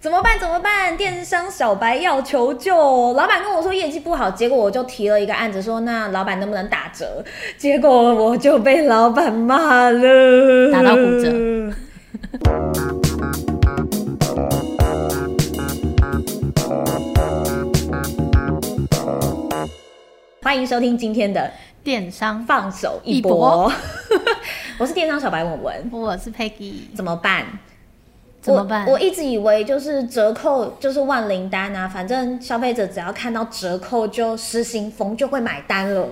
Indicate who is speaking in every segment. Speaker 1: 怎么办？怎么办？电商小白要求救，老板跟我说业绩不好，结果我就提了一个案子说，那老板能不能打折？结果我就被老板骂了，
Speaker 2: 打到骨折。
Speaker 1: 欢迎收听今天的
Speaker 2: 电商，
Speaker 1: 放手一
Speaker 2: 一
Speaker 1: 搏
Speaker 2: 搏，
Speaker 1: 我是电商小白文文，
Speaker 2: 我是 Peggy，
Speaker 1: 怎么办？
Speaker 2: 怎么办
Speaker 1: 我？我一直以为就是折扣就是万灵丹啊，反正消费者只要看到折扣就失心疯，就会买单了。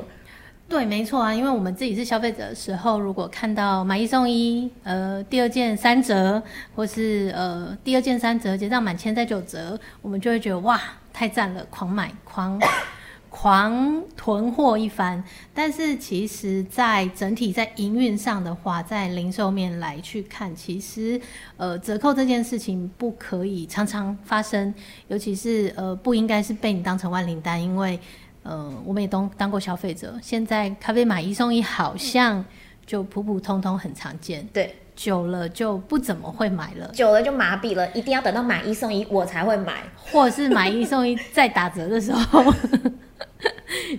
Speaker 2: 对，没错啊，因为我们自己是消费者的时候，如果看到买一送一，呃，第二件三折，或是呃第二件三折结账满千再九折，我们就会觉得哇，太赞了，狂买狂 狂囤货一番。但是其实，在整体在营运上的话，在零售面来去看，其实呃折扣这件事情不可以常常发生，尤其是呃不应该是被你当成万灵丹，因为呃我们也当当过消费者，现在咖啡买一送一好像就普普通通很常见，
Speaker 1: 对，
Speaker 2: 久了就不怎么会买了。
Speaker 1: 久了就麻痹了，一定要等到买一送一我才会买。
Speaker 2: 或是买一送一再打折的时候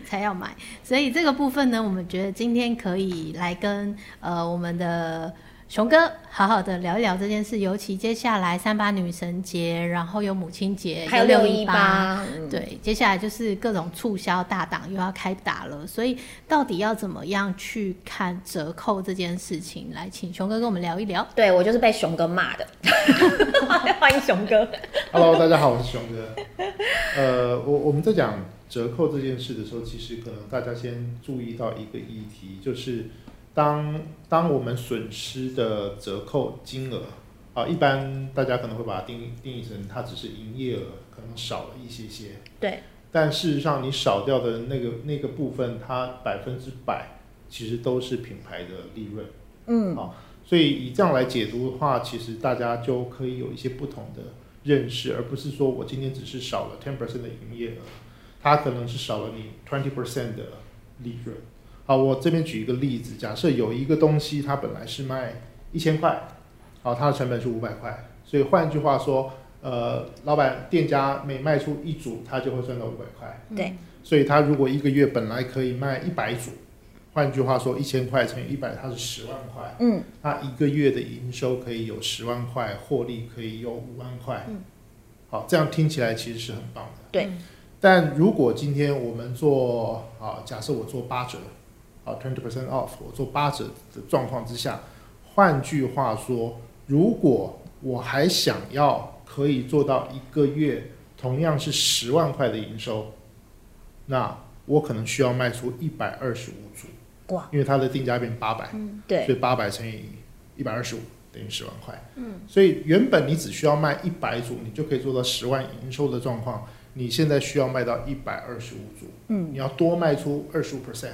Speaker 2: 才要买。所以这个部分呢，我们觉得今天可以来跟呃我们的熊哥好好的聊一聊这件事，尤其接下来三八女神节，然后有母亲节，
Speaker 1: 还有
Speaker 2: 六
Speaker 1: 六一
Speaker 2: 八。
Speaker 1: 八，嗯
Speaker 2: 对，接下来就是各种促销大档又要开打了，所以到底要怎么样去看折扣这件事情？来，请熊哥跟我们聊一聊。
Speaker 1: 对我就是被熊哥骂 的。欢迎熊哥，
Speaker 3: Hello，大家好，我是熊哥。呃，我我们在讲折扣这件事的时候，其实可能大家先注意到一个议题，就是当当我们损失的折扣金额啊，一般大家可能会把它定义定义成它只是营业额可能少了一些些，
Speaker 1: 对
Speaker 3: 但事实上你少掉的那个那个部分，它百分之百其实都是品牌的利润。
Speaker 1: 嗯，
Speaker 3: 所以以这样来解读的话，其实大家就可以有一些不同的认识，而不是说我今天只是少了 ten percent 的营业额，它可能是少了你 twenty percent 的利润。好，我这边举一个例子，假设有一个东西它本来是卖一千块，好，它的成本是五百块，所以换句话说，呃，老板店家每卖出一组，他就会赚到五百块。
Speaker 2: 嗯
Speaker 1: 对，
Speaker 3: 所以他如果一个月本来可以卖一百组，换句话说，一千块乘以一百，它是十万块。
Speaker 1: 嗯，
Speaker 3: 那一个月的营收可以有十万块，获利可以有五万块。嗯，好，这样听起来其实是很棒的。
Speaker 1: 对。
Speaker 3: 但如果今天我们做啊，假设我做八折，啊，twenty percent off，我做八折的状况之下，换句话说，如果我还想要可以做到一个月同样是十万块的营收，那我可能需要卖出一百二十五组，
Speaker 1: 哇，
Speaker 3: 因为它的定价变八百、
Speaker 1: 对
Speaker 3: 所以八百乘以一百二十五等于十万块。嗯，所以原本你只需要卖一百组，你就可以做到十万营收的状况。你现在需要卖到一百二十五组，嗯，你要多卖出二十五 percent。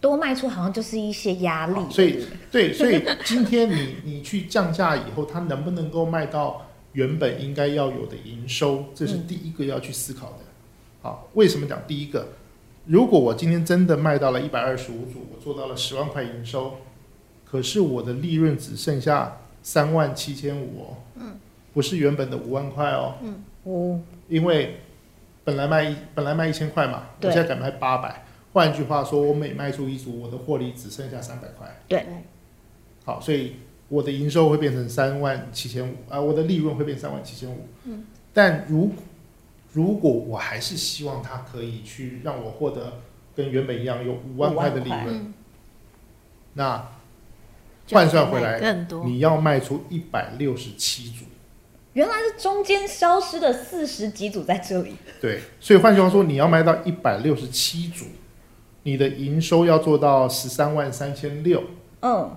Speaker 1: 多卖出好像就是一些压力，
Speaker 3: 所以对，所以今天你你去降价以后，它能不能够卖到原本应该要有的营收，这是第一个要去思考的。好，为什么讲第一个？如果我今天真的卖到了一百二十五组，我做到了十万块营收，可是我的利润只剩下三万七千五哦，嗯，不是原本的五万块哦，
Speaker 1: 哦，
Speaker 3: 因为本来卖一本来卖一千块嘛，我
Speaker 1: 对
Speaker 3: 现在改卖八百，换句话说，我每卖出一组，我的获利只剩下三百块。
Speaker 1: 对，
Speaker 3: 好，所以我的营收会变成三万七千五啊，我的利润会变三万七千五。嗯，但如如果我还是希望它可以去让我获得跟原本一样有五万块的利
Speaker 1: 5万
Speaker 3: 润，
Speaker 2: 嗯，
Speaker 3: 那换算回来
Speaker 2: 就买更多，
Speaker 3: 你要卖出一百六十七组。
Speaker 1: 原来是中间消失的四十几组在这里，
Speaker 3: 对，所以换句话说，你要卖到一百六十七组，你的营收要做到十三万三千六，
Speaker 1: 嗯，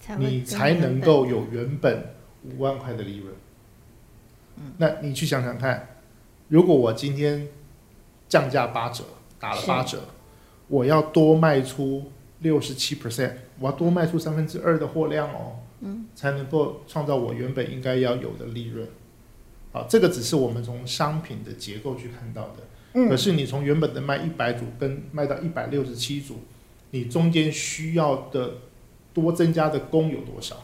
Speaker 2: 才会
Speaker 3: 你
Speaker 2: 跟
Speaker 3: 才
Speaker 2: 原
Speaker 3: 能
Speaker 2: 本
Speaker 3: 够有原本五万块的利润。那你去想想看，如果我今天降价八折，打了
Speaker 1: 是
Speaker 3: 八折，我要多卖出六十七 percent，我要多卖出三分之二的货量哦，嗯，才能够创造我原本应该要有的利润。好，这个只是我们从商品的结构去看到的。
Speaker 1: 嗯
Speaker 3: 可是你从原本的卖一百组跟卖到一百六十七组，你中间需要的多增加的工有多少？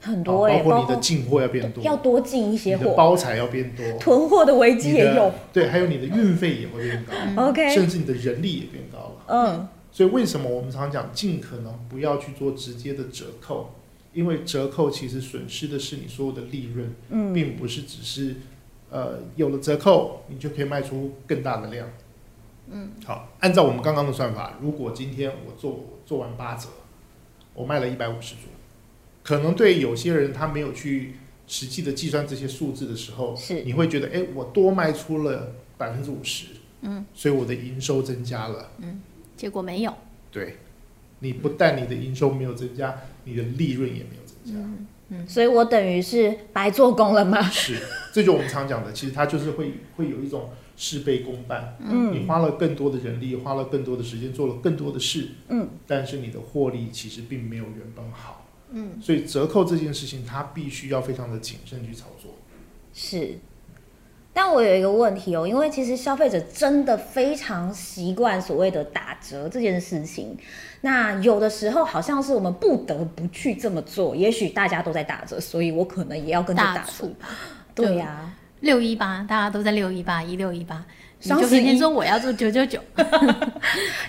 Speaker 1: 很
Speaker 3: 好
Speaker 1: 多哎、
Speaker 3: 哦包括
Speaker 1: 包
Speaker 3: 你的
Speaker 1: 括
Speaker 3: 进货要变多，
Speaker 1: 要多进一些
Speaker 3: 你的
Speaker 1: 货，
Speaker 3: 包材要变多，
Speaker 1: 囤货的危机
Speaker 3: 你
Speaker 1: 也有
Speaker 3: 的。对，还有你的运费也会变高，甚
Speaker 2: 嗯哦
Speaker 1: OK，
Speaker 3: 至你的人力也变高了。
Speaker 1: 嗯，
Speaker 3: 所以为什么我们常讲尽可能不要去做直接的折扣？因为折扣其实损失的是你所有的利润，
Speaker 1: 嗯
Speaker 3: 并不是只是呃有了折扣你就可以卖出更大的量。嗯，好，按照我们刚刚的算法，如果今天我做做完八折，我卖了一百五十株，可能对有些人他没有去实际的计算这些数字的时候，
Speaker 1: 是
Speaker 3: 你会觉得，哎，我多卖出了百分之五十，嗯，所以我的营收增加了。
Speaker 2: 结果没有，
Speaker 3: 对，你不但你的营收没有增加，你的利润也没有增
Speaker 1: 嗯
Speaker 3: 加。
Speaker 1: 所以我等于是白做工了嘛。
Speaker 3: 是， 这就我们常讲的，其实它就是会会有一种事倍功半。你
Speaker 1: 嗯，
Speaker 3: 花了更多的人力，花了更多的时间，做了更多的事，
Speaker 1: 嗯，
Speaker 3: 但是你的获利其实并没有原本好。
Speaker 2: 嗯，
Speaker 3: 所以折扣这件事情，它必须要非常的谨慎去操作。
Speaker 1: 是。但我有一个问题哦，因为其实消费者真的非常习惯所谓的打折这件事情，那有的时候好像是我们不得不去这么做，也许大家都在打折，所以我可能也要跟着打
Speaker 2: 大
Speaker 1: 折
Speaker 2: 促。
Speaker 1: 对啊呀、
Speaker 2: 六一八，大家都在六一八一六一八，你
Speaker 1: 双
Speaker 2: 就
Speaker 1: 十一
Speaker 2: 天天说我要做九九九，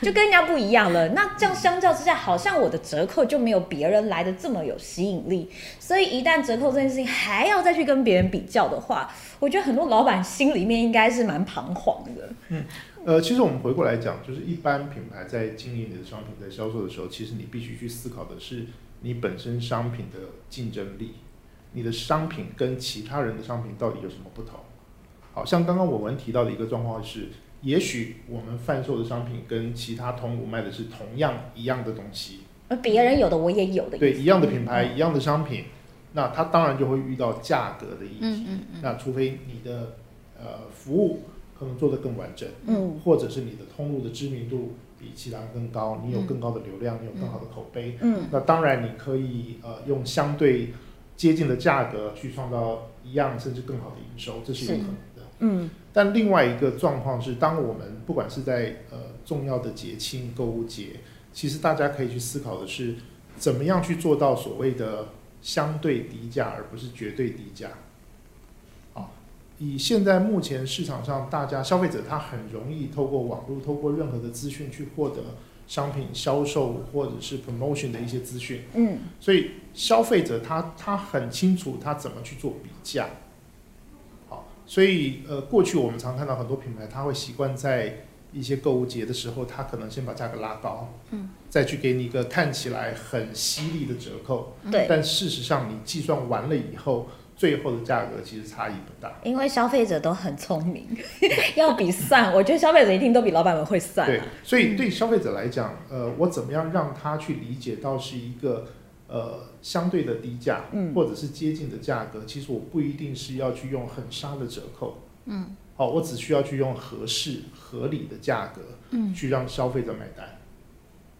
Speaker 1: 就跟人家不一样了。那这样相较之下，好像我的折扣就没有别人来的这么有吸引力。所以一旦折扣这件事情还要再去跟别人比较的话，我觉得很多老板心里面应该是蛮彷徨的。
Speaker 3: 呃，其实我们回过来讲，就是一般品牌在经营你的商品在销售的时候，其实你必须去思考的是你本身商品的竞争力，你的商品跟其他人的商品到底有什么不同？好像刚刚我们提到的一个状况是，也许我们贩售的商品跟其他同股卖的是同样一样的东西，
Speaker 1: 而别人有的我也有的，
Speaker 3: 对，一样的品牌，
Speaker 2: 嗯
Speaker 3: 一样的商品，那它当然就会遇到价格的议题。
Speaker 2: 嗯嗯
Speaker 3: 那除非你的呃服务可能做得更完整。
Speaker 1: 嗯
Speaker 3: 或者是你的通路的知名度比其他人更高，你有更高的流量，你有更好的口碑。
Speaker 1: 嗯，
Speaker 3: 那当然，你可以呃用相对接近的价格去创造一样甚至更好的营收，这是有可能的。
Speaker 1: 嗯
Speaker 3: 但另外一个状况是，当我们不管是在呃重要的节庆、购物节，其实大家可以去思考的是，怎么样去做到所谓的相对低价，而不是绝对低价。啊，以现在目前市场上大家消费者他很容易透过网络、透过任何的资讯去获得商品销售或者是 promotion 的一些资讯。
Speaker 1: 嗯，
Speaker 3: 所以消费者他他很清楚他怎么去做比价。好，所以呃，过去我们常看到很多品牌，他会习惯在一些购物节的时候，他可能先把价格拉高，
Speaker 2: 嗯，
Speaker 3: 再去给你一个看起来很犀利的折扣，
Speaker 1: 对，
Speaker 3: 但事实上你计算完了以后，最后的价格其实差异不大。
Speaker 1: 因为消费者都很聪明， 要比算，我觉得消费者一定都比老板们会算、啊
Speaker 3: 对，所以对消费者来讲，呃，我怎么样让他去理解到是一个呃相对的低价，
Speaker 1: 嗯
Speaker 3: 或者是接近的价格？其实我不一定是要去用很杀的折扣，嗯，好，我只需要去用合适、合理的价格，嗯，去让消费者买单。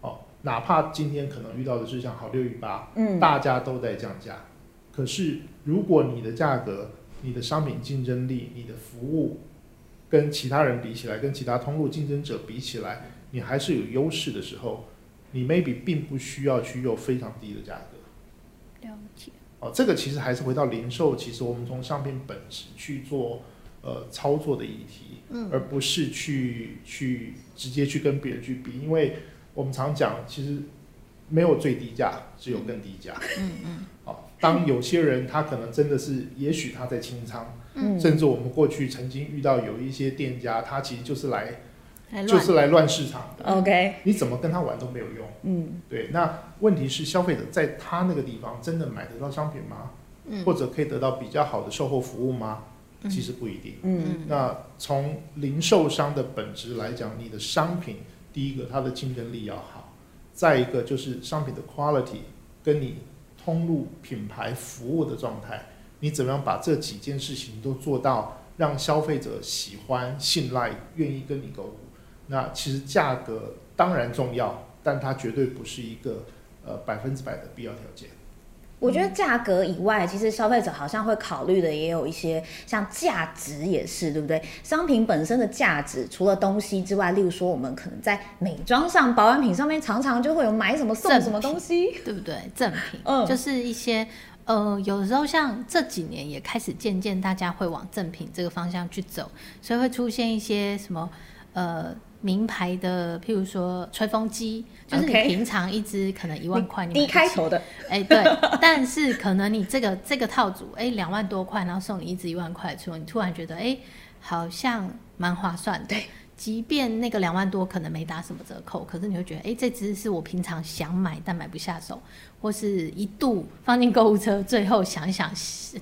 Speaker 3: 哦，哪怕今天可能遇到的是像好六一八，
Speaker 1: 嗯，
Speaker 3: 大家都在降价，可是如果你的价格、你的商品竞争力、你的服务跟其他人比起来，跟其他通路竞争者比起来，你还是有优势的时候，你 maybe 并不需要去用非常低的价格。
Speaker 2: 了解，
Speaker 3: 哦，这个其实还是回到零售，其实我们从商品本质去做呃操作的议题，嗯，而不是去去直接去跟别人去比，因为我们常讲，其实没有最低价，只有更低价，嗯嗯，哦，当有些人他可能真的是，也许他在清仓，
Speaker 1: 嗯
Speaker 3: 甚至我们过去曾经遇到有一些店家，他其实就是来
Speaker 2: 来
Speaker 3: 就
Speaker 2: 乱，
Speaker 3: 是来乱市场的，
Speaker 1: ，OK，
Speaker 3: 你怎么跟他玩都没有用。
Speaker 1: 嗯
Speaker 3: 对，那问题是消费者在他那个地方真的买得到商品吗？
Speaker 2: 嗯
Speaker 3: 或者可以得到比较好的售后服务吗？其实不一定。
Speaker 1: 嗯
Speaker 3: 那从零售商的本质来讲，你的商品第一个它的竞争力要好，再一个就是商品的 quality 跟你通路品牌服务的状态，你怎么样把这几件事情都做到让消费者喜欢、信赖、愿意跟你购物？那其实价格当然重要，但它绝对不是一个呃百分之百的必要条件。
Speaker 1: 我觉得价格以外，其实消费者好像会考虑的也有一些，像价值也是，对不对？商品本身的价值，除了东西之外，例如说我们可能在美妆上、保养品上面，常常就会有买什么送什么东西，
Speaker 2: 对不对？赠品、
Speaker 1: 嗯
Speaker 2: 就是一些呃，有的时候像这几年也开始渐渐大家会往正品这个方向去走，所以会出现一些什么呃名牌的，譬如说吹风机，就是你
Speaker 1: OK
Speaker 2: 平常一支可能一万块，你
Speaker 1: 低
Speaker 2: 买不
Speaker 1: 开
Speaker 2: 起
Speaker 1: 头的，
Speaker 2: 哎，对，但是可能你这个这个套组，哎，两万多块，然后送你一支一万块的时候，你突然觉得，哎，好像蛮划算的。
Speaker 1: 对，
Speaker 2: 即便那个两万多可能没打什么折扣，可是你会觉得，哎，这支是我平常想买但买不下手，或是一度放进购物车，最后想一想，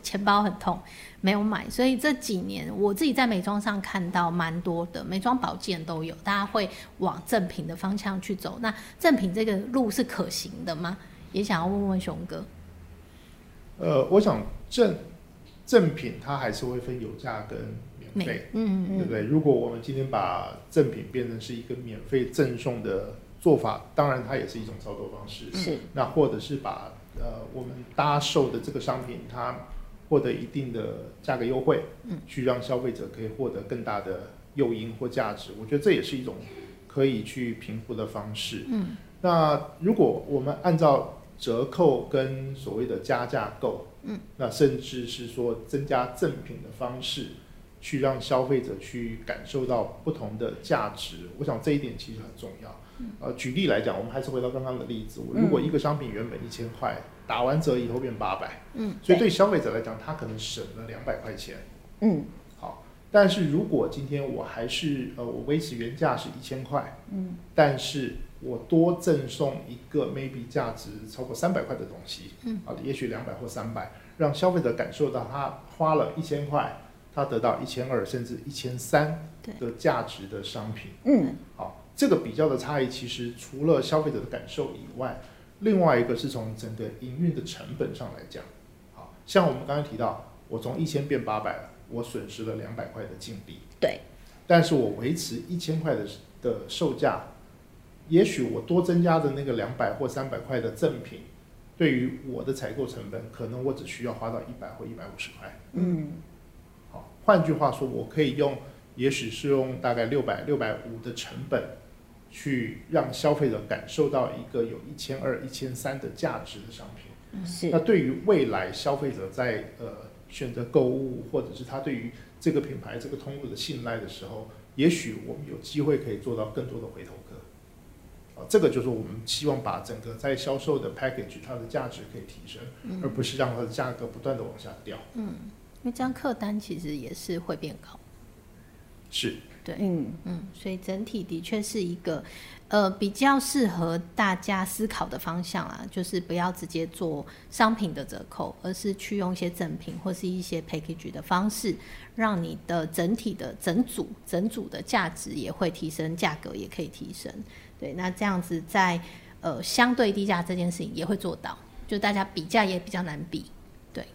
Speaker 2: 钱包很痛，没有买。所以这几年我自己在美妆上看到蛮多的，美妆保健都有，大家会往正品的方向去走。那正品这个路是可行的吗？也想要问问熊哥。
Speaker 3: 呃，我想正正品它还是会分有价跟免费，，
Speaker 2: 嗯
Speaker 3: 对不对？如果我们今天把赠品变成是一个免费赠送的做法，当然它也是一种操作方式。
Speaker 2: 嗯
Speaker 1: 是
Speaker 3: 那或者是把呃我们搭售的这个商品，它获得一定的价格优惠，嗯，去让消费者可以获得更大的诱因或价值，我觉得这也是一种可以去评估的方式。
Speaker 2: 嗯，
Speaker 3: 那如果我们按照折扣跟所谓的加价购，嗯，那甚至是说增加赠品的方式，去让消费者去感受到不同的价值，我想这一点其实很重要。呃，举例来讲，我们还是回到刚刚的例子，我如果一个商品原本一千块，打完折以后变八百，
Speaker 2: 嗯，
Speaker 3: 所以对消费者来讲，他可能省了两百块钱。
Speaker 1: 嗯，
Speaker 3: 好，但是如果今天我还是呃，我维持原价是一千块，嗯，但是我多赠送一个 maybe 价值超过三百块的东西，嗯，好，也许两百或三百，让消费者感受到他花了一千块，他得到一千二甚至一千三
Speaker 2: 对
Speaker 3: 的价值的商品。
Speaker 1: 嗯，
Speaker 3: 好，啊这个比较的差异其实除了消费者的感受以外，另外一个是从整个营运的成本上来讲。好像我们刚才提到，我从一千变八百了，我损失了两百块的净利，
Speaker 1: 对，
Speaker 3: 但是我维持一千块的的售价，也许我多增加的那个两百或三百块的赠品，对于我的采购成本，可能我只需要花到一百或一百五十块。
Speaker 1: 嗯，
Speaker 3: 好，换句话说，我可以用，也许是用大概六百六百五的成本，去让消费者感受到一个有一千二、一千三的价值的商品。
Speaker 1: 是
Speaker 2: 嗯
Speaker 3: 那，对于未来消费者在呃选择购物，或者是他对于这个品牌、这个通路的信赖的时候，也许我们有机会可以做到更多的回头客。啊，这个就是我们希望把整个在销售的 package 它的价值可以提升，而不是让它的价格不断的往下掉。
Speaker 2: 因为这样客单其实也是会变高，
Speaker 3: 是，
Speaker 1: 嗯，
Speaker 2: 嗯，所以整体的确是一个呃比较适合大家思考的方向啦，就是不要直接做商品的折扣，而是去用一些赠品或是一些 package 的方式，让你的整体的整组整组的价值也会提升，价格也可以提升。对，那这样子在呃相对低价这件事情也会做到，就大家比价也比较难比。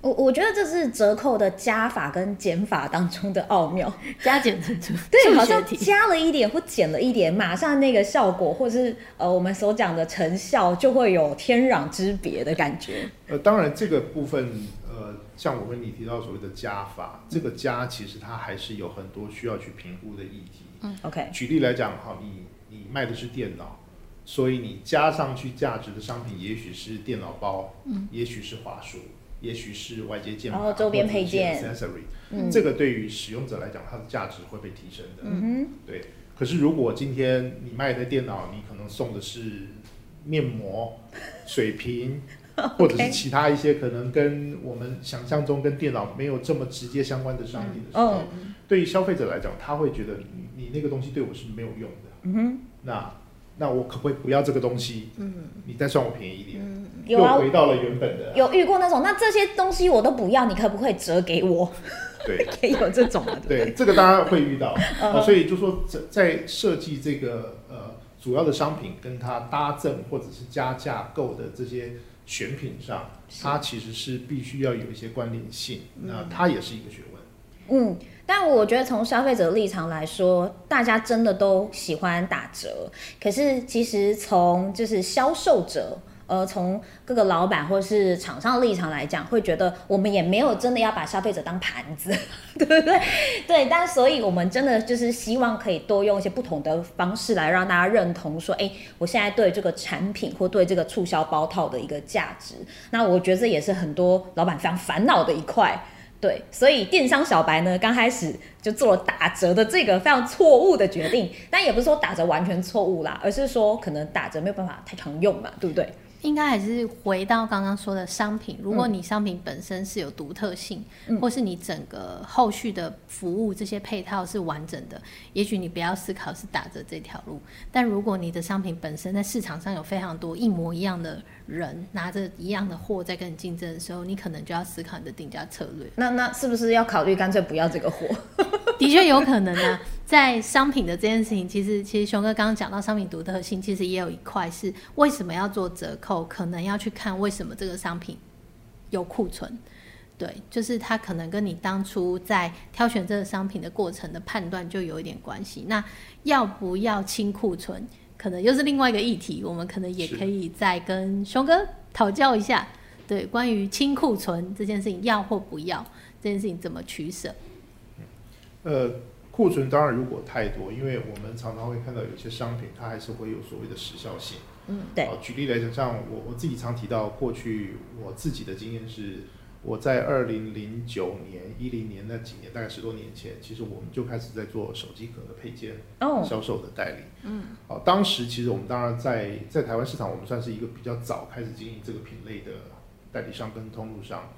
Speaker 1: 我我觉得这是折扣的加法跟减法当中的奥妙，
Speaker 2: 加减乘除，
Speaker 1: 对，
Speaker 2: 数
Speaker 1: 好
Speaker 2: 学
Speaker 1: 像
Speaker 2: 题
Speaker 1: 加了一点或减了一点，马上那个效果或是呃我们所讲的成效就会有天壤之别的感觉。
Speaker 3: 呃，当然这个部分，呃，像我跟你提到所谓的加法，这个加其实它还是有很多需要去评估的议题。
Speaker 2: 嗯
Speaker 1: OK，
Speaker 3: 举例来讲，哈，你你卖的是电脑，所以你加上去价值的商品，也许是电脑包，嗯，也许是滑鼠，也许是外接键盘，
Speaker 1: 然后周边配件
Speaker 3: 或者是一些 accessory，、
Speaker 1: 嗯
Speaker 3: 这个对于使用者来讲，它的价值会被提升的。
Speaker 1: 嗯
Speaker 3: 对，可是如果今天你卖的电脑，你可能送的是面膜、水瓶，或者是其他一些可能跟我们想象中跟电脑没有这么直接相关的商品的时候，
Speaker 1: 嗯
Speaker 3: 对于消费者来讲，他会觉得你你那个东西对我是没有用的。嗯那那我可不可以不要这个东西？嗯，你再算我便宜一点，
Speaker 1: 哼，有啊
Speaker 3: 又，嗯回到了原本的。
Speaker 1: 有遇过那种，那这些东西我都不要，你可不可以折给我？
Speaker 3: 对，
Speaker 1: 也有这种啊，
Speaker 3: 对，这个大家会遇到，啊、所以就说在在设计这个呃主要的商品跟它搭赠或者是加价购的这些选品上，它其实是必须要有一些关联性，那它也是一个学问。
Speaker 1: 嗯，但我觉得从消费者立场来说，大家真的都喜欢打折。可是其实从就是销售者，呃，从各个老板或是厂商立场来讲，会觉得我们也没有真的要把消费者当盘子， 对不对？对，但所以我们真的就是希望可以多用一些不同的方式来让大家认同，说，哎，我现在对这个产品或对这个促销包套的一个价值。那我觉得这也是很多老板非常烦恼的一块。对，所以电商小白呢，刚开始就做了打折的这个非常错误的决定，但也不是说打折完全错误啦，而是说可能打折没有办法太常用嘛，对不对？
Speaker 2: 应该还是回到刚刚说的商品，如果你商品本身是有独特性，或是你整个后续的服务这些配套是完整的，也许你不要思考是打折这条路。但如果你的商品本身在市场上有非常多一模一样的人拿着一样的货在跟你竞争的时候，你可能就要思考你的定价策略。
Speaker 1: 那那是不是要考虑干脆不要这个货？
Speaker 2: 的确有可能啊，在商品的这件事情，其实其实熊哥刚刚讲到商品独特性，其实也有一块是为什么要做折扣，可能要去看为什么这个商品有库存。对，就是它可能跟你当初在挑选这个商品的过程的判断就有一点关系。那要不要清库存，可能又是另外一个议题，我们可能也
Speaker 3: 是
Speaker 2: 可以再跟熊哥讨教一下。对，关于清库存这件事情，要或不要这件事情怎么取舍？
Speaker 3: 呃，库存当然如果太多，因为我们常常会看到有些商品它还是会有所谓的时效性。
Speaker 1: 嗯，对
Speaker 3: 好，举例来讲，像我我自己常提到，过去我自己的经验是，我在二零零九年、一零年那几年，大概十多年前，其实我们就开始在做手机壳的配件。
Speaker 1: 哦，
Speaker 3: 销售的代理。嗯，好、当时其实我们当然在在台湾市场，我们算是一个比较早开始经营这个品类的代理商跟通路商，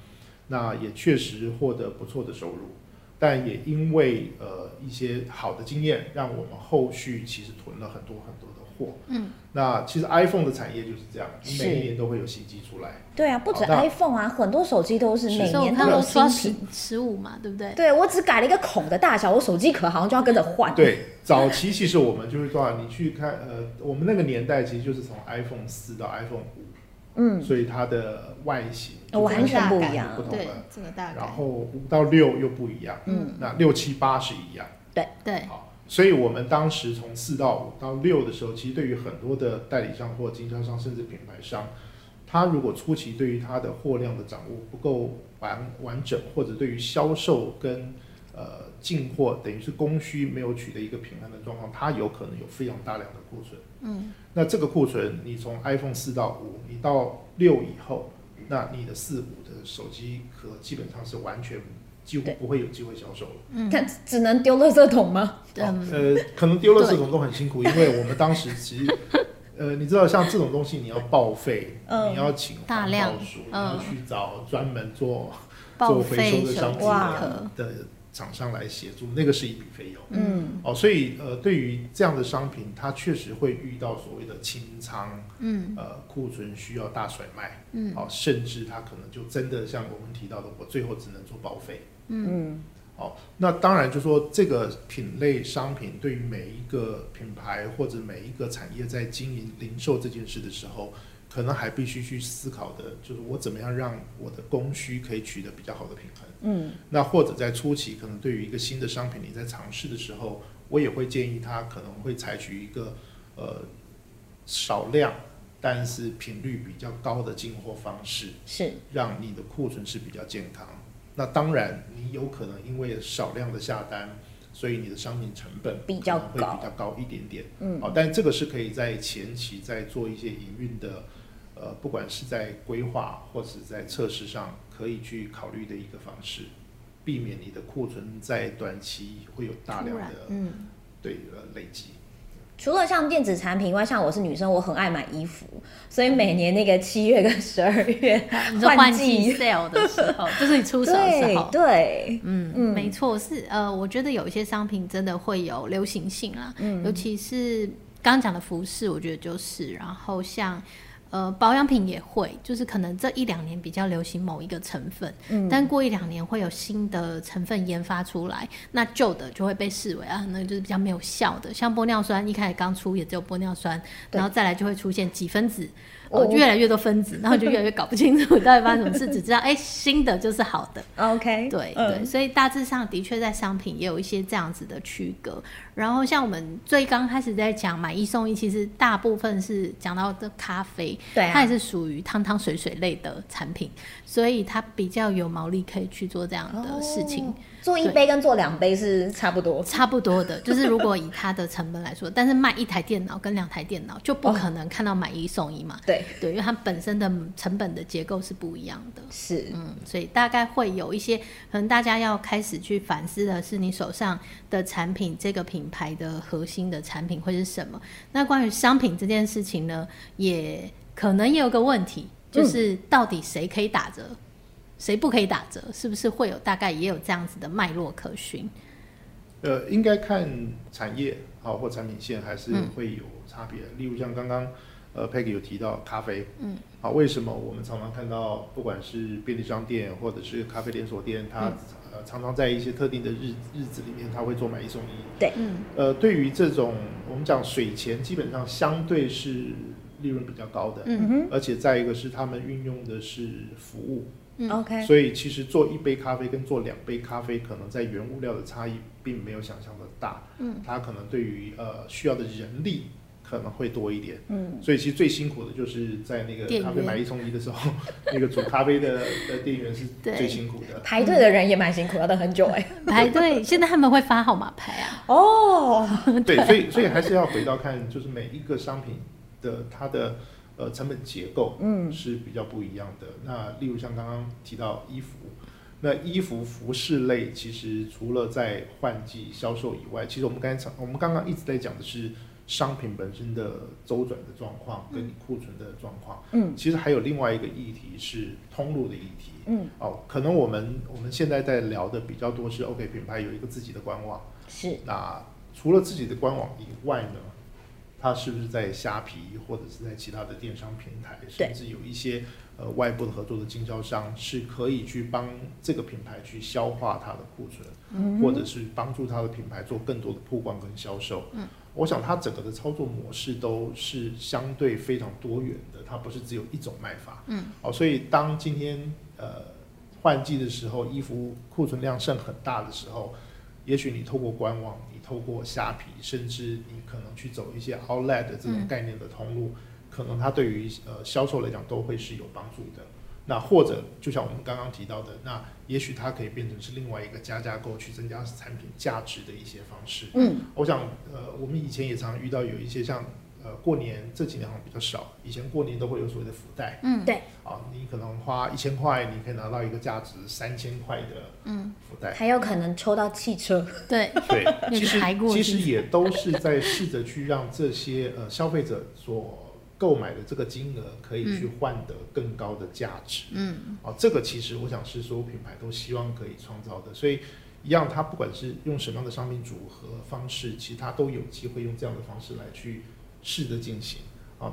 Speaker 3: 那也确实获得不错的收入，但也因为呃一些好的经验，让我们后续其实囤了很多很多的货。
Speaker 2: 嗯，
Speaker 3: 那其实 iPhone 的产业就是这样，你
Speaker 1: 是
Speaker 3: 每一年都会有新机出来。
Speaker 1: 对啊，不止
Speaker 3: 好那
Speaker 1: iPhone 啊，很多手机都是
Speaker 3: 是
Speaker 1: 每
Speaker 2: 所以我
Speaker 1: 年
Speaker 2: 看
Speaker 1: 都
Speaker 2: 我
Speaker 1: 有
Speaker 2: 说
Speaker 1: 新
Speaker 2: 十
Speaker 1: 品。
Speaker 2: 十五嘛，对不对？
Speaker 1: 对我只改了一个孔的大小，我手机壳好像就要跟着换。，
Speaker 3: 对，早期其实我们就是多少，你去看呃，我们那个年代其实就是从 iPhone 四到 iPhone 五。
Speaker 1: 嗯，哦
Speaker 3: 所以它的外形就
Speaker 1: 完全不一
Speaker 3: 完全
Speaker 1: 样
Speaker 3: 不。同
Speaker 2: 对
Speaker 3: 了。，
Speaker 2: 这个大概
Speaker 3: 然后五到六又不一样，
Speaker 1: 嗯，
Speaker 3: 那六七八是一样。
Speaker 2: 对，
Speaker 3: 好，所以我们当时从四到五到六的时候，其实对于很多的代理商或经销商，甚至品牌商，他如果初期对于它的货量的掌握不够完完整，或者对于销售跟呃进货等于是供需没有取得一个平衡的状况，它有可能有非常大量的库存。
Speaker 2: 嗯，
Speaker 3: 那这个库存，你从 iPhone 四到五，你到六以后，那你的四五的手机壳基本上是完全几乎
Speaker 1: 对
Speaker 3: 不会有机会销售了。
Speaker 2: 嗯，
Speaker 1: 看只能丢垃圾桶吗？
Speaker 2: 嗯，
Speaker 3: 呃，可能丢了这种都很 辛苦，因为我们当时其实，呃，你知道像这种东西，你要报废，
Speaker 1: 嗯
Speaker 3: 你要请
Speaker 2: 大
Speaker 3: 环
Speaker 2: 量
Speaker 3: 保署，你
Speaker 2: 嗯
Speaker 3: 要去找专门做
Speaker 2: 报
Speaker 3: 做回
Speaker 2: 废
Speaker 3: 收的
Speaker 2: 手
Speaker 3: 商
Speaker 2: 机
Speaker 3: 品
Speaker 1: 哇
Speaker 2: 壳，
Speaker 3: 的的厂商来协助，那个是一笔费用。
Speaker 1: 嗯，
Speaker 3: 哦，所以呃，对于这样的商品，它确实会遇到所谓的清仓，
Speaker 2: 嗯
Speaker 3: 呃，库存需要大甩卖，
Speaker 2: 嗯
Speaker 3: 哦，甚至它可能就真的像我们提到的，我最后只能做报废。
Speaker 1: 嗯，
Speaker 3: 哦，那当然就说这个品类商品对于每一个品牌或者每一个产业在经营零售这件事的时候，可能还必须去思考的，就是我怎么样让我的供需可以取得比较好的平衡。
Speaker 1: 嗯，
Speaker 3: 那或者在初期，可能对于一个新的商品你在尝试的时候，我也会建议他可能会采取一个呃少量但是频率比较高的进货方式。
Speaker 1: 是，
Speaker 3: 让你的库存是比较健康。那当然，你有可能因为少量的下单，所以你的商品成本
Speaker 1: 比较
Speaker 3: 可能
Speaker 1: 高
Speaker 3: 会比较高一点点。
Speaker 1: 嗯
Speaker 3: 好、但这个是可以在前期在做一些营运的，呃，不管是在规划或是在测试上，可以去考虑的一个方式，避免你的库存在短期会有大量
Speaker 2: 突然
Speaker 3: 的
Speaker 2: 嗯，
Speaker 3: 对呃累积。
Speaker 1: 除了像电子产品以外，像我是女生，我很爱买衣服，所以每年那个七月跟十二月
Speaker 2: 你说换季
Speaker 1: 季
Speaker 2: sale 的时候，就是你出手的时
Speaker 1: 对
Speaker 2: 候，
Speaker 1: 对，
Speaker 2: 嗯
Speaker 1: 嗯
Speaker 2: 没错，是呃，我觉得有一些商品真的会有流行性啦，
Speaker 1: 嗯
Speaker 2: 尤其是刚刚讲的服饰，我觉得就是，然后像。呃，保养品也会，就是可能这一两年比较流行某一个成分，
Speaker 1: 嗯
Speaker 2: 但过一两年会有新的成分研发出来，那旧的就会被视为啊，那就是比较没有效的。像玻尿酸一开始刚出也只有玻尿酸，
Speaker 1: 对
Speaker 2: 然后再来就会出现几分子，哦
Speaker 1: 哦，
Speaker 2: 越来越多分子，然后就越来越搞不清楚到底发生什么事，只知道哎、新的就是好的，
Speaker 1: OK，
Speaker 2: 对对，
Speaker 1: 嗯
Speaker 2: 所以大致上的确在商品也有一些这样子的区隔。然后像我们最刚开始在讲买一送一，其实大部分是讲到这咖啡，
Speaker 1: 对啊
Speaker 2: 它也是属于汤汤水水类的产品，所以它比较有毛利可以去做这样的事情。
Speaker 1: 哦做一
Speaker 2: 对
Speaker 1: 杯跟做两杯是差不多。
Speaker 2: 差不多的，就是如果以它的成本来说，但是卖一台电脑跟两台电脑就不
Speaker 1: 哦
Speaker 2: 可能看到买一送一嘛。
Speaker 1: 对，
Speaker 2: 对，因为它本身的成本的结构是不一样的。
Speaker 1: 是，
Speaker 2: 嗯，所以大概会有一些，可能大家要开始去反思的是，你手上的产品这个品牌的核心的产品会是什么？那关于商品这件事情呢，也可能也有个问题，就是到底谁可以打折，谁不可以打折，是不是会有大概也有这样子的脉络可循？
Speaker 3: 呃，应该看产业好、或产品线还是会有差别。例如像刚刚呃 Peggy 有提到咖啡，嗯，好、为什么我们常常看到不管是便利商店或者是咖啡连锁店，它、呃常常在一些特定的日日子里面，它会做买一送一。
Speaker 2: 嗯
Speaker 3: 呃，对于这种我们讲水钱，基本上相对是利润比较高的，
Speaker 1: 嗯
Speaker 2: 嗯
Speaker 1: 哼
Speaker 3: 而且再一个是他们运用的是服务，
Speaker 2: 嗯
Speaker 1: ，OK，
Speaker 3: 所以其实做一杯咖啡跟做两杯咖啡，可能在原物料的差异并没有想象的大。
Speaker 2: 嗯，
Speaker 3: 它可能对于呃需要的人力可能会多一点。
Speaker 1: 嗯，
Speaker 3: 所以其实最辛苦的就是在那
Speaker 2: 店
Speaker 3: 个
Speaker 2: 员
Speaker 3: 咖啡买一送一的时候， 那个煮咖啡的的店员是
Speaker 2: 对
Speaker 3: 最辛苦
Speaker 2: 嗯
Speaker 3: 的。
Speaker 1: 排队的人也蛮辛苦，要等很久哎、
Speaker 2: 排队，现在他们会发号码牌啊，
Speaker 1: 哦，
Speaker 3: 对，所以所以还是要回到看，就是每一个商品的它的呃成本结构，
Speaker 1: 嗯，
Speaker 3: 是比较不一样的。那例如像刚刚提到衣服，那衣服服饰类其实除了在换季销售以外，其实我们刚才我们刚刚一直在讲的是商品本身的周转的状况跟你库存的状况，
Speaker 1: 嗯
Speaker 3: 其实还有另外一个议题是通路的议题，
Speaker 1: 嗯，
Speaker 3: 哦，可能我们我们现在在聊的比较多是 OK 品牌有一个自己的官网。
Speaker 1: 是，
Speaker 3: 那除了自己的官网以外呢，它是不是在虾皮或者是在其他的电商平台，
Speaker 1: 对
Speaker 3: 甚至有一些呃外部的合作的经销商是可以去帮这个品牌去消化它的库存，
Speaker 1: 嗯
Speaker 3: 或者是帮助它的品牌做更多的曝光跟销售。嗯，我想它整个的操作模式都是相对非常多元的，它不是只有一种卖法。
Speaker 2: 嗯，
Speaker 3: 哦，所以当今天呃换季的时候，衣服库存量剩很大的时候，也许你透过官网，你透过虾皮，甚至你可能去走一些 outlet 的这种概念的通路，可能它对于呃销售来讲都会是有帮助的。那或者就像我们刚刚提到的，那也许它可以变成是另外一个加价购去增加产品价值的一些方式。
Speaker 1: 嗯，
Speaker 3: 我想，呃，我们以前也常遇到有一些像，呃，过年这几年好像比较少，以前过年都会有所谓的福袋
Speaker 2: 嗯，
Speaker 1: 对，
Speaker 3: 啊，你可能花一千块，你可以拿到一个价值三千块的
Speaker 2: 嗯
Speaker 3: 福袋。
Speaker 1: 还有可能抽到汽车，
Speaker 2: 对，
Speaker 3: 对，
Speaker 2: 有
Speaker 3: 其实
Speaker 2: 排过
Speaker 3: 其
Speaker 2: 是
Speaker 3: 实
Speaker 2: 不
Speaker 3: 也都是在试着去让这些呃消费者所购买的这个金额可以去换得更高的价值。
Speaker 2: 嗯
Speaker 3: 哦，这个其实我想是所有品牌都希望可以创造的，所以一样，它不管是用什么样的商品组合方式，其实它都有机会用这样的方式来去试着进行啊，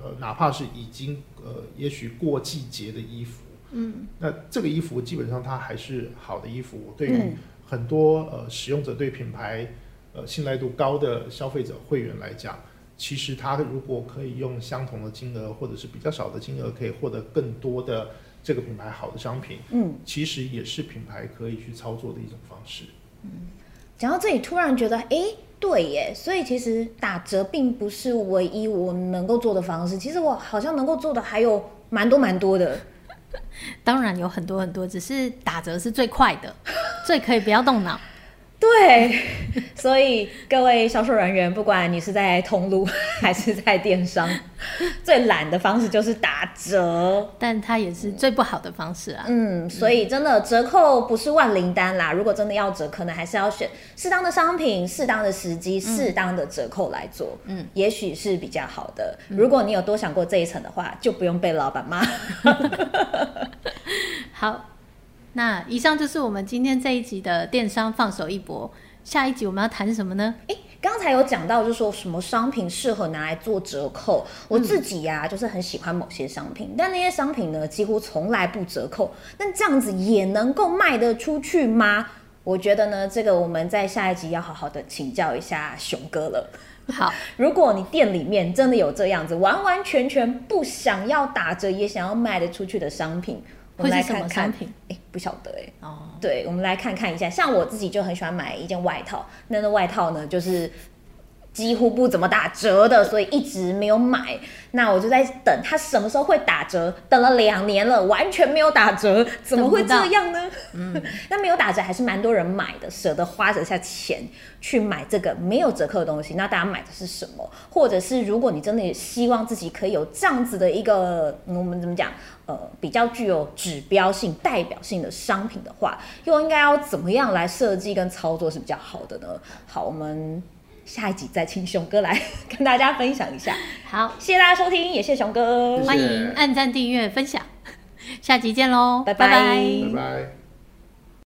Speaker 3: 呃，哪怕是已经呃，也许过季节的衣服，
Speaker 2: 嗯，
Speaker 3: 那这个衣服基本上它还是好的衣服，对于
Speaker 1: 嗯
Speaker 3: 很多呃使用者对品牌呃信赖度高的消费者会员来讲，其实他如果可以用相同的金额或者是比较少的金额，可以获得更多的这个品牌好的商品，
Speaker 1: 嗯，
Speaker 3: 其实也是品牌可以去操作的一种方式。
Speaker 1: 讲到这里，突然觉得，诶，对耶！所以其实打折并不是唯一我能够做的方式，其实我好像能够做的还有蛮多蛮多的。
Speaker 2: 当然有很多很多，只是打折是最快的，最可以不要动脑。
Speaker 1: 对， 所以各位销售人员，不管你是在通路还是在电商，最懒的方式就是打折。
Speaker 2: 但它也是最不好的方式啊。
Speaker 1: 嗯，所以真的折扣不是万灵丹啦。如果真的要折，可能还是要选适当的商品、适当的时机、适当的折扣来做，
Speaker 2: 嗯
Speaker 1: 嗯，也许是比较好的。如果你有多想过这一层的话，就不用被老板骂。
Speaker 2: 好，那以上就是我们今天这一集的电商放手一搏。下一集我们要谈什 么呢？
Speaker 1: 诶，刚才有讲到，就是说什么商品适合拿来做折扣。我自己呀、就是很喜欢某些商品，但那些商品呢，几乎从来不折扣。那这样子也能够卖得出去吗？我觉得呢，这个我们在下一集要好好的请教一下熊哥了。
Speaker 2: 好，
Speaker 1: 如果你店里面真的有这样子完完全全不想要打折也想要卖得出去的商品，我
Speaker 2: 会
Speaker 1: 们来
Speaker 2: 是什
Speaker 1: 看
Speaker 2: 么
Speaker 1: 看
Speaker 2: 商。品？
Speaker 1: 哎，不晓得哎、
Speaker 2: 哦，
Speaker 1: 对，我们来看看一下。像我自己就很喜欢买一件外套，那那外套呢，就是几乎不怎么打折的，所以一直没有买。那我就在等它什么时候会打折，等了两年了，完全没有打折，怎么会
Speaker 2: 等不
Speaker 1: 这
Speaker 2: 到
Speaker 1: 样呢？ 那没有打折还是蛮多人买的，舍得花这下钱去买这个没有折扣的东西。那大家买的是什么？或者是如果你真的希望自己可以有这样子的一个，嗯我们怎么讲？呃，比较具有指标性、代表性的商品的话，又应该要怎么样来设计跟操作是比较好的呢？好，我们下一集再请熊哥来 跟大家分享一下。
Speaker 2: 好，
Speaker 1: 谢谢大家收听，也谢谢熊哥，
Speaker 3: 谢
Speaker 2: 欢迎按赞、订阅、分享，下集见喽，
Speaker 1: 拜拜
Speaker 3: 拜拜。